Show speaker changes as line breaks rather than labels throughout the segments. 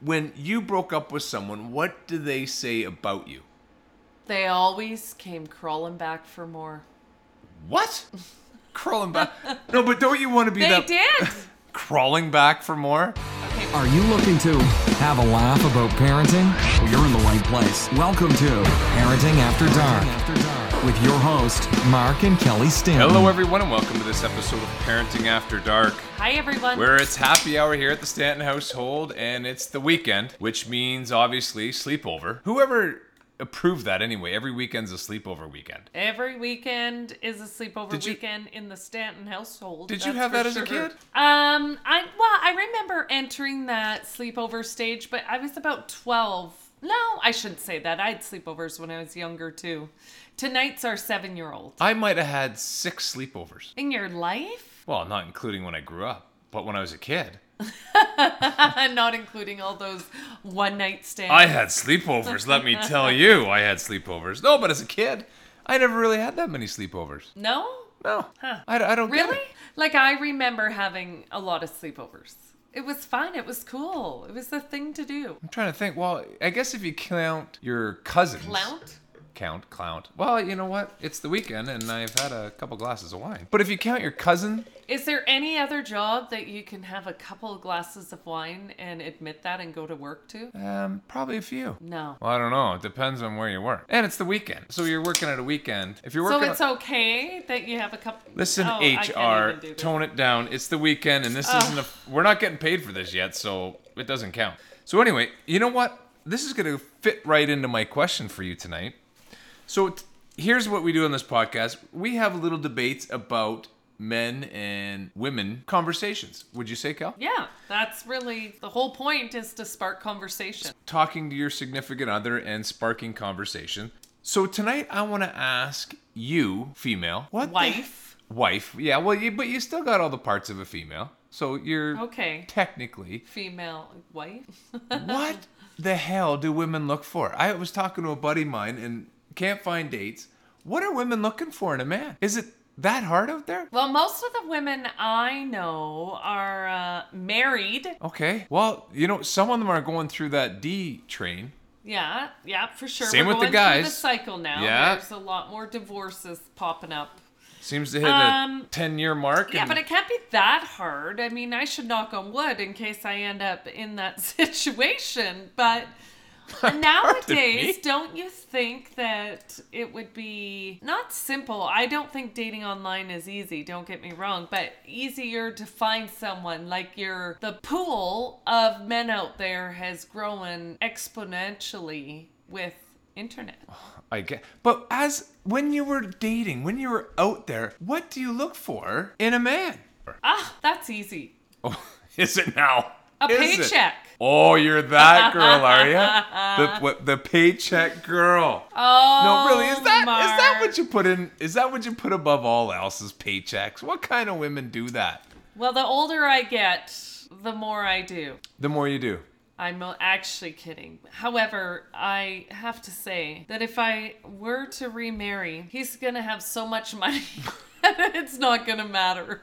when you broke up with someone, what do they say about you?
They always came crawling back for more.
What? Crawling back? No, but don't you want to be
They
that
did.
crawling back for more?
Are you looking to have a laugh about parenting? Well, you're in the right place. Welcome to Parenting After Dark with your host, Mark and Kelly Stanton.
Hello, everyone, and welcome to this episode of Parenting After Dark.
Hi everyone.
Where it's happy hour here at the Stanton household, and it's the weekend, which means obviously sleepover. Whoever approved that anyway, every weekend's a sleepover weekend.
Every weekend is a sleepover
Did you-
weekend in the Stanton household.
Did you
that's
have
for
that as a
sure.
kid?
Um, I well, I remember entering that sleepover stage, but I was about twelve. No, I shouldn't say that. I had sleepovers when I was younger too. Tonight's our seven-year-old.
I might have had six sleepovers.
In your life,
Well, not including when I grew up, but when I was a kid.
not including all those one-night stands.
I had sleepovers, let me tell you. I had sleepovers. No, but as a kid, I never really had that many sleepovers.
no.
No. I, I don't get it.
Really? Like I remember having a lot of sleepovers. It was fun. It was cool. It was the thing to do.
I'm trying to think. Well, I guess if you count your cousins.
Clout?
Count, clout. Well, you know what? It's the weekend and I've had a couple glasses of wine. But if you count your cousin,
Is there any other job that you can have a couple glasses of wine and admit that and go to work to?
um, probably a few.
No.
Well, I don't know. It depends on where you work. And it's the weekend. So you're working at a weekend. If you're
So
working
it's okay that you have a couple.
Listen,
Oh, I can't
HR,
even do this. Oh.
tone it down. It's the weekend, and this isn't a. We're not getting paid for this yet, so it doesn't count. So anyway, you know what? This is going to fit right into my question for you tonight. So t- here's what we do on this podcast: we have little debates about men and women conversations. Would you say, Cal?
Yeah, that's really the whole point is to spark conversation.
talking to your significant other and sparking conversation. So tonight I want to ask you, female, what the-
Wife.
wife, yeah. Well, you, but you still got all the parts of a female, so you're
Okay.
technically.
Female white.
what the hell do women look for? I was talking to a buddy of mine and can't find dates. What are women looking for in a man? Is it that hard out there?
Well, most of the women I know are uh, married.
Okay. Well, you know, some of them are going through that D train.
Yeah, yeah, for sure.
Same
We're
with the
going through
guys.
The cycle now.
Yeah.
There's a lot more divorces popping up.
Seems to hit a
Um,
10 year mark.
Yeah,
and-
but it can't be that hard. I mean, I should knock on wood in case I end up in that situation. But nowadays,
me.
don't you think that it would be not simple? I don't think dating online is easy, don't get me wrong, but easier to find someone. Like your the pool of men out there has grown exponentially with internet.
I get. But as when you were dating, when you were out there, what do you look for in a man?
Ah, that's easy.
Oh, is it now?
A
Is it?
paycheck.
Oh, you're that girl, are you? The what, the paycheck girl.
Oh,
no, really, is that is that
Mark.
what you put in? Is that what you put above all else's paychecks? What kind of women do that?
Well, the older I get, the more I do.
The more you do.
I'm actually kidding. However, I have to say that if I were to remarry, he's going to have so much money that it's not going to matter.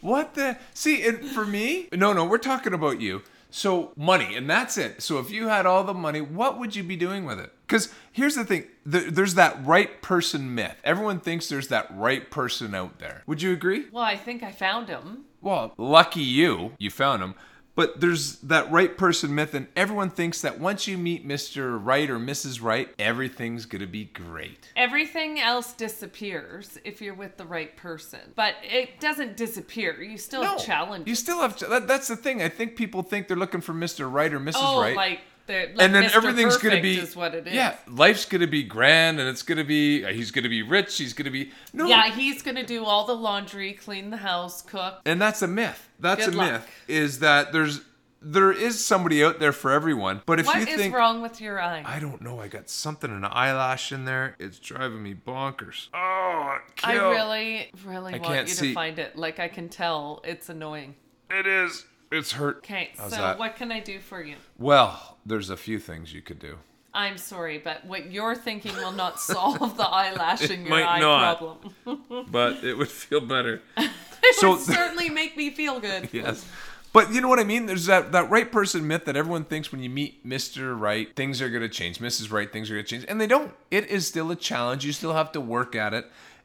What the? See, and for me, no, no, we're talking about you. So money, and that's it. So if you had all the money, what would you be doing with it? Because here's the thing: th- there's that right person myth. Everyone thinks there's that right person out there. Would you agree?
Well, I think I found him.
Well, lucky you, you found him. But there's that right person myth, and everyone thinks that once you meet Mr. Right or Mrs. Right, everything's gonna be great.
Everything else disappears if you're with the right person, but it doesn't disappear. You still have challenges.
You still have. That, that's the thing. I think people think they're looking for Mr. Right or Mrs.
oh,
Right.
like the like
and then
Mr.
everything's
going to
be
is what it is.
Yeah, life's gonna be grand, and it's gonna be he's gonna be rich. He's gonna be no.
Yeah, he's going to do all the laundry, clean the house, cook,
and that's a myth. That's
Good
a
luck.
myth. Is that there's there is somebody out there for everyone. But if
What
you
is
think
wrong with your eye?
I don't know, I got something an eyelash in there. It's driving me bonkers. Oh, it
I,
killed.
really, really
I
want
can't
you
see.
to find it. Like I can tell, it's annoying.
It is. It's hurt.
Okay,
How's
so
that?
what can I do for you?
Well, there's a few things you could do.
I'm sorry, but what you're thinking will not solve the eyelash in your
might
eye
not.
problem.
But it would feel better.
It
So-
would certainly make me feel good.
Yes. But you know what I mean? There's that, that right person myth that everyone thinks when you meet Mr. Right, things are going to change. Mrs. Right, things are going to change. And they don't. It is still a challenge. You still have to work at it.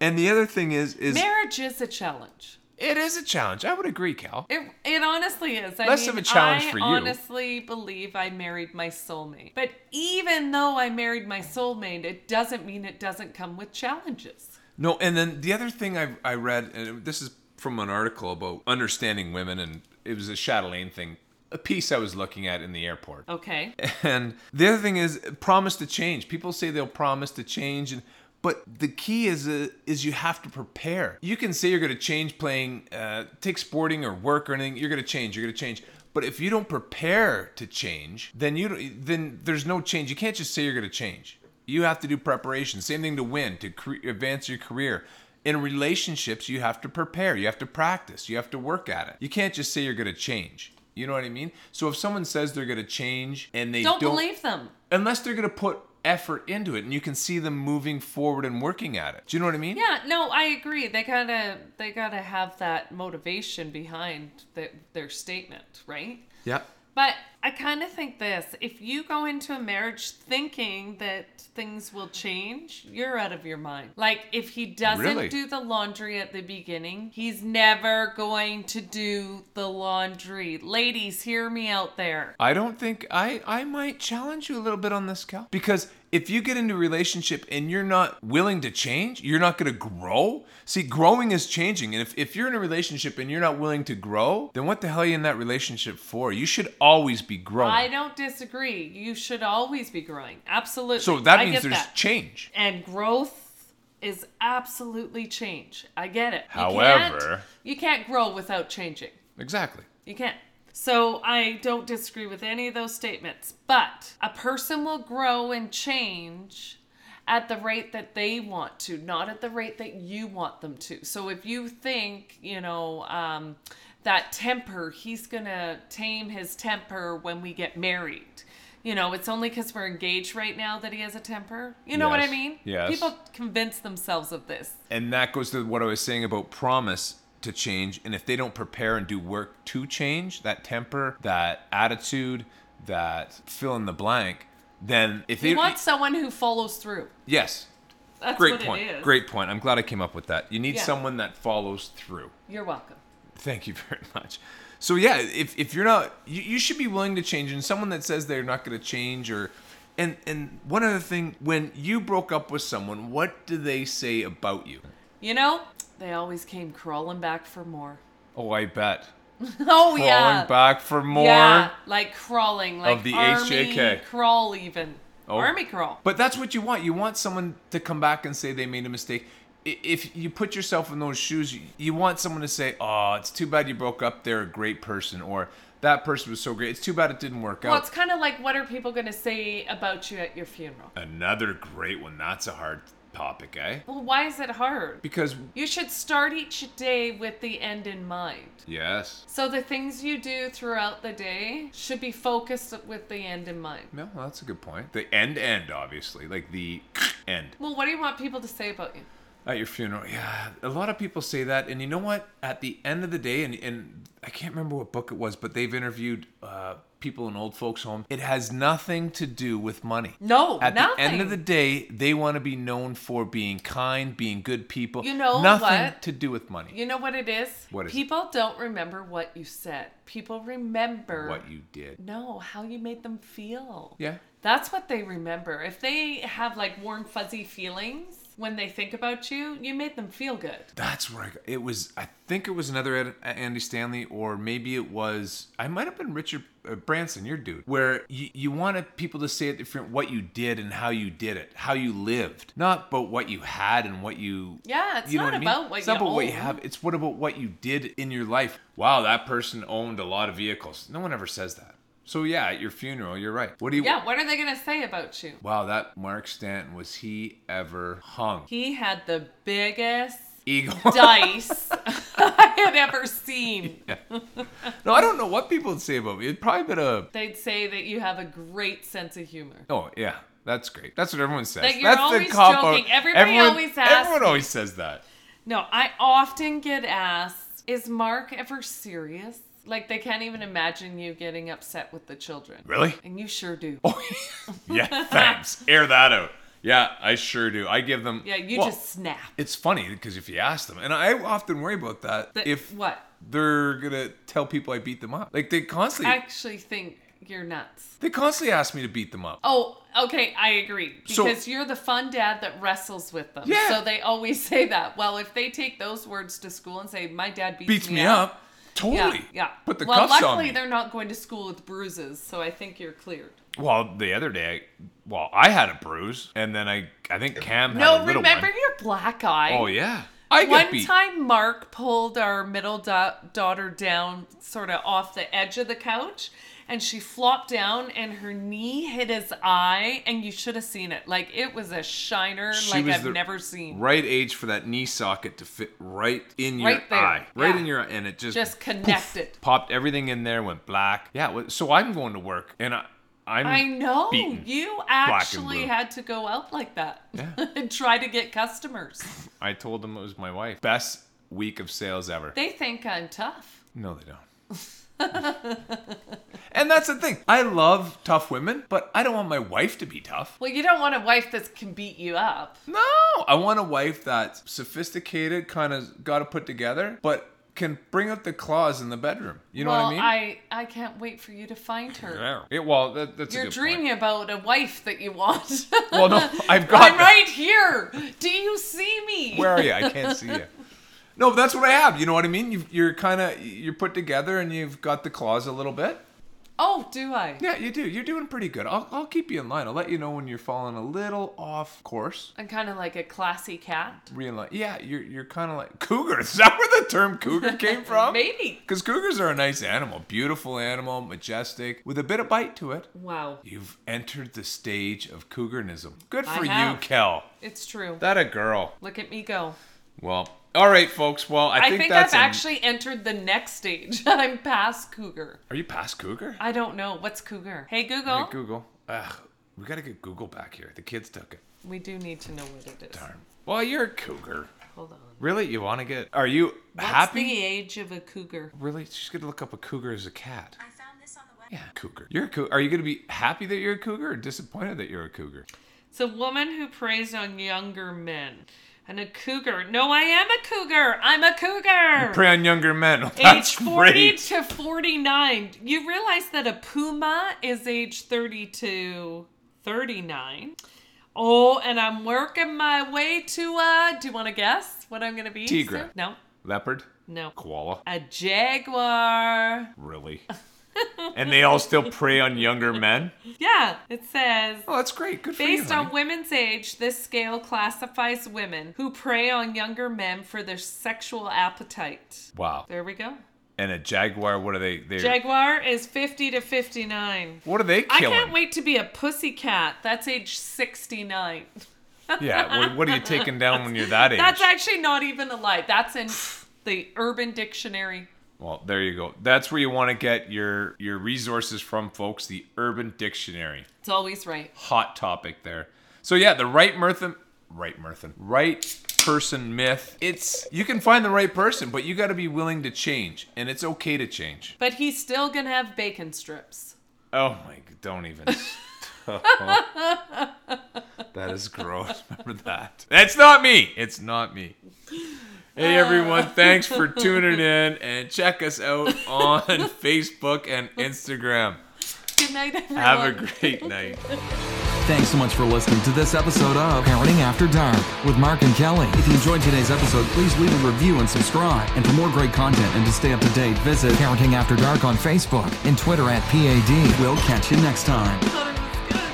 And the other thing is, is
Marriage is a challenge.
it is a challenge. I would agree, Cal.
It, it honestly is. I
Less
mean,
of a challenge
I
for you.
honestly believe I married my soulmate. But even though I married my soulmate, it doesn't mean it doesn't come with challenges.
No, and then the other thing I, I read, and this is from an article about understanding women, and it was a Chatelaine thing, a piece I was looking at in the airport.
Okay.
And the other thing is promise to change. People say they'll promise to change, and but the key is uh, is you have to prepare. You can say you're going to change playing, uh, take sporting or work or anything. You're going to change. You're going to change. But if you don't prepare to change, then you don't- then there's no change. You can't just say you're going to change. You have to do preparation. Same thing to win, to cre- advance your career. In relationships, you have to prepare. You have to practice. You have to work at it. You can't just say you're going to change. You know what I mean? So if someone says they're going to change and they
Don't,
don't
believe them.
unless they're going to put effort into it and you can see them moving forward and working at it. Do you know what I mean?
Yeah, no, I agree. They gotta they gotta have that motivation behind the, their statement, right?
Yeah.
But I kind of think this if you go into a marriage thinking that things will change, you're out of your mind. Like, if he doesn't
Really?
do the laundry at the beginning, he's never going to do the laundry. Ladies, hear me out there.
I don't think I I might challenge you a little bit on this, Cal. Because if you get into a relationship and you're not willing to change, you're not going to grow. See, growing is changing. And if, if you're in a relationship and you're not willing to grow, then what the hell are you in that relationship for? You should always be growing.
I don't disagree. You should always be growing. Absolutely.
so that
I
means
get
there's
that.
change.
and growth is absolutely change. I get it. You
However-
can't, you can't grow without changing.
Exactly.
You can't. So I don't disagree with any of those statements, but a person will grow and change at the rate that they want to, not at the rate that you want them to. So if you think, you know, um, that temper, he's gonna tame his temper when we get married. You know, it's only because we're engaged right now that he has a temper. You know what I
Yes.
mean?
Yes.
People convince themselves of this.
And that goes to what I was saying about promise to change. And if they don't prepare and do work to change that temper, that attitude, that fill in the blank, then if
You
they
want someone who follows through.
yes,
That's
great
what it
point,
is.
great point. I'm glad I came up with that. You need
Yeah.
someone that follows through.
You're welcome.
Thank you very much. So yeah, if, if you're not, you, you should be willing to change. And someone that says they're not going to change, or and and one other thing, when you broke up with someone, what do they say about you?
You know, they always came crawling back for more.
Oh, I bet.
Oh yeah.
Crawling back for more.
Yeah, like crawling, like
the
army
HJK.
crawl even.
Oh.
Army crawl.
But that's what you want. You want someone to come back and say they made a mistake. I- If you put yourself in those shoes, you- you want someone to say, "Oh, it's too bad you broke up. They're a great person," or "That person was so great. It's too bad it didn't work
well, it's
out."
kind of like what are people going to say about you at your funeral?
Another great one. That's a hard topic, eh?
Well, why is it hard?
Because
You should start each day with the end in mind.
yes,
So the things you do throughout the day should be focused with the end in mind.
no, that's a good point. The end, end, obviously, like the end.
Well, what do you want people to say about you?
At your funeral, yeah. A lot of people say that, and you know what? At the end of the day, and, and I can't remember what book it was, but they've interviewed uh, people in old folks' home. It has nothing to do with money.
No,
At
nothing.
the end of the day, they want to be known for being kind, being good people.
You know
nothing
what?
to do with money.
You know what it is?
What is it?
People don't remember what you said. People remember
What you did.
No, how you made them feel.
Yeah.
That's what they remember. If they have like warm fuzzy feelings when they think about you, you made them feel good.
That's where I got, it was. I think it was another Ed, Andy Stanley, or maybe it was. I might have been Richard uh, Branson, your dude. Where you, you wanted people to say it different, what you did and how you did it, how you lived, not but what you had and what you.
Yeah, it's
you know
not
what I mean?
about what
it's
you
not about what you
own.
have. It's what about what you did in your life. Wow, that person owned a lot of vehicles. No one ever says that. So yeah, at your funeral, you're right. What do you?
Yeah, what are they going to say about you?
Wow, that Mark Stanton was he ever hung?
He had the biggest
Eagle.
dice I had ever seen.
no, I don't know what people would say about me. It'd probably been a
They'd say that you have a great sense of humor.
Oh yeah, that's great. That's what everyone says.
That you're
that's
always
the cop
joking.
Out.
Everybody
everyone,
always asks
Everyone
me.
always says that.
No, I often get asked, is Mark ever serious? Like they can't even imagine you getting upset with the children.
Really?
And you sure do.
Oh, yeah. Thanks. Air that out. Yeah, I sure do. I give them.
Yeah, you
Well,
just snap.
It's funny because if you ask them, and I often worry about that,
That-
if
what?
they're gonna tell people I beat them up, like they constantly
I actually think you're nuts.
they constantly ask me to beat them up.
Oh, okay, I agree.
So-
Because you're the fun dad that wrestles with them.
Yeah.
So they always say that. Well, if they take those words to school and say, My dad beats,
Beats me up.
Yeah,
Totally.
yeah.
Put the
well,
cuffs
luckily
on me.
they're not going to school with bruises, so I think you're cleared.
Well, the other day, well, I had a bruise, and then I, I think Cam had
No,
a little
remember
one.
your black eye.
Oh yeah, I get
One
beat.
time, Mark pulled our middle da- daughter down, sort of off the edge of the couch, and she flopped down, and her knee hit his eye, and you should have seen it. Like it was a shiner,
She
like
was
I've
the
never seen.
Right age for that knee socket to fit right in your
Right there.
eye, right
Yeah.
in your, and it just
Just
poof,
connected.
popped everything in there, went black. Yeah, well, so I'm going to work, and I, I'm
I know
beaten.
you
and
actually
blue.
had to go out like that
Yeah.
and try to get customers.
I told them it was my wife. Best week of sales ever.
They think I'm tough.
no, they don't. and that's the thing. I love tough women, but I don't want my wife to be tough.
Well, you don't want a wife that can beat you up.
No, I want a wife that's sophisticated, kind of got to put together, but can bring out the claws in the bedroom. You know
well,
what I mean?
I I can't wait for you to find her.
Yeah. Yeah, well, that, that's a
You're
good
dreaming
point.
about a wife that you want.
Well, no, I've got. that.
I'm right here. Do you see me?
Where are you? I can't see you. No, but that's what I have. You know what I mean? You've, you're kind of you're put together, and you've got the claws a little bit.
Oh, do I?
Yeah, you do. You're doing pretty good. I'll, I'll keep you in line. I'll let you know when you're falling a little off course.
I'm kind of like a classy cat.
Realize, yeah, you're you're kind of like cougar. Is that where the term cougar came from?
Maybe.
Because cougars are a nice animal, beautiful animal, majestic, with a bit of bite to it.
Wow,
You've entered the stage of cougarism. Good
I
for you,
have.
Kel.
it's true.
That a girl.
Look at me go.
Well, all right, folks. Well, I
I
think,
think, I've
that's. a-
actually entered the next stage. I'm past cougar.
Are you past cougar?
I don't know what's cougar. Hey Google,
Hey, Google. Ugh, we gotta get Google back here. The kids took it.
we do need to know what it is.
Darn. Well, you're a cougar.
Hold on.
Really? You want to get? Are you
What's
happy?
the age of a cougar?
Really? She's gonna look up a cougar as a cat.
I found this on the web.
Yeah, cougar. You're a cougar. Are you gonna be happy that you're a cougar or disappointed that you're a cougar?
It's a woman who preys on younger men. And a cougar. No, I am a cougar. I'm a cougar.
Prey on younger men.
Age
That's
40
great.
to 49. You realize that a puma is age 30 to 39. Oh, and I'm working my way to uh do you want to guess what I'm going to be?
Tigra.
soon? No.
Leopard.
No.
Koala.
A jaguar.
Really? and they all still prey on younger men?
Yeah, it says
Oh, that's great. Good for you.
Based on
honey.
women's age, this scale classifies women who prey on younger men for their sexual appetite.
Wow.
There we go.
And a jaguar, what are they? They're,
Jaguar is 50 to 59.
what are they
I
killing?
can't wait to be a pussycat. That's age 69.
Yeah, what, what are you taking down when you're that age?
That's actually not even a lie. That's in the Urban Dictionary.
well, there you go. That's where you want to get your your resources from, folks. The Urban Dictionary.
It's always right.
hot topic there. So yeah, the right Merthin, right Merthin, right person myth. It's you can find the right person, but you got to be willing to change, and it's okay to change.
But he's still going to have bacon strips.
Oh my, g- don't even. that is gross. Remember that. That's not me. It's not me. Hey everyone, thanks for tuning in and check us out on Facebook and Instagram.
Good night, everyone.
Have a great night.
Thanks so much for listening to this episode of Parenting After Dark with Mark and Kelly. If you enjoyed today's episode, please leave a review and subscribe. And for more great content and to stay up to date, visit Parenting After Dark on Facebook and Twitter at PAD. We'll catch you next time.
I thought it was good.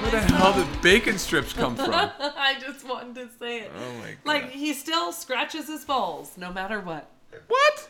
Where the hell did bacon strips come from?
I just wanted to say it.
Oh my god.
Like he still scratches his balls no matter what.
what?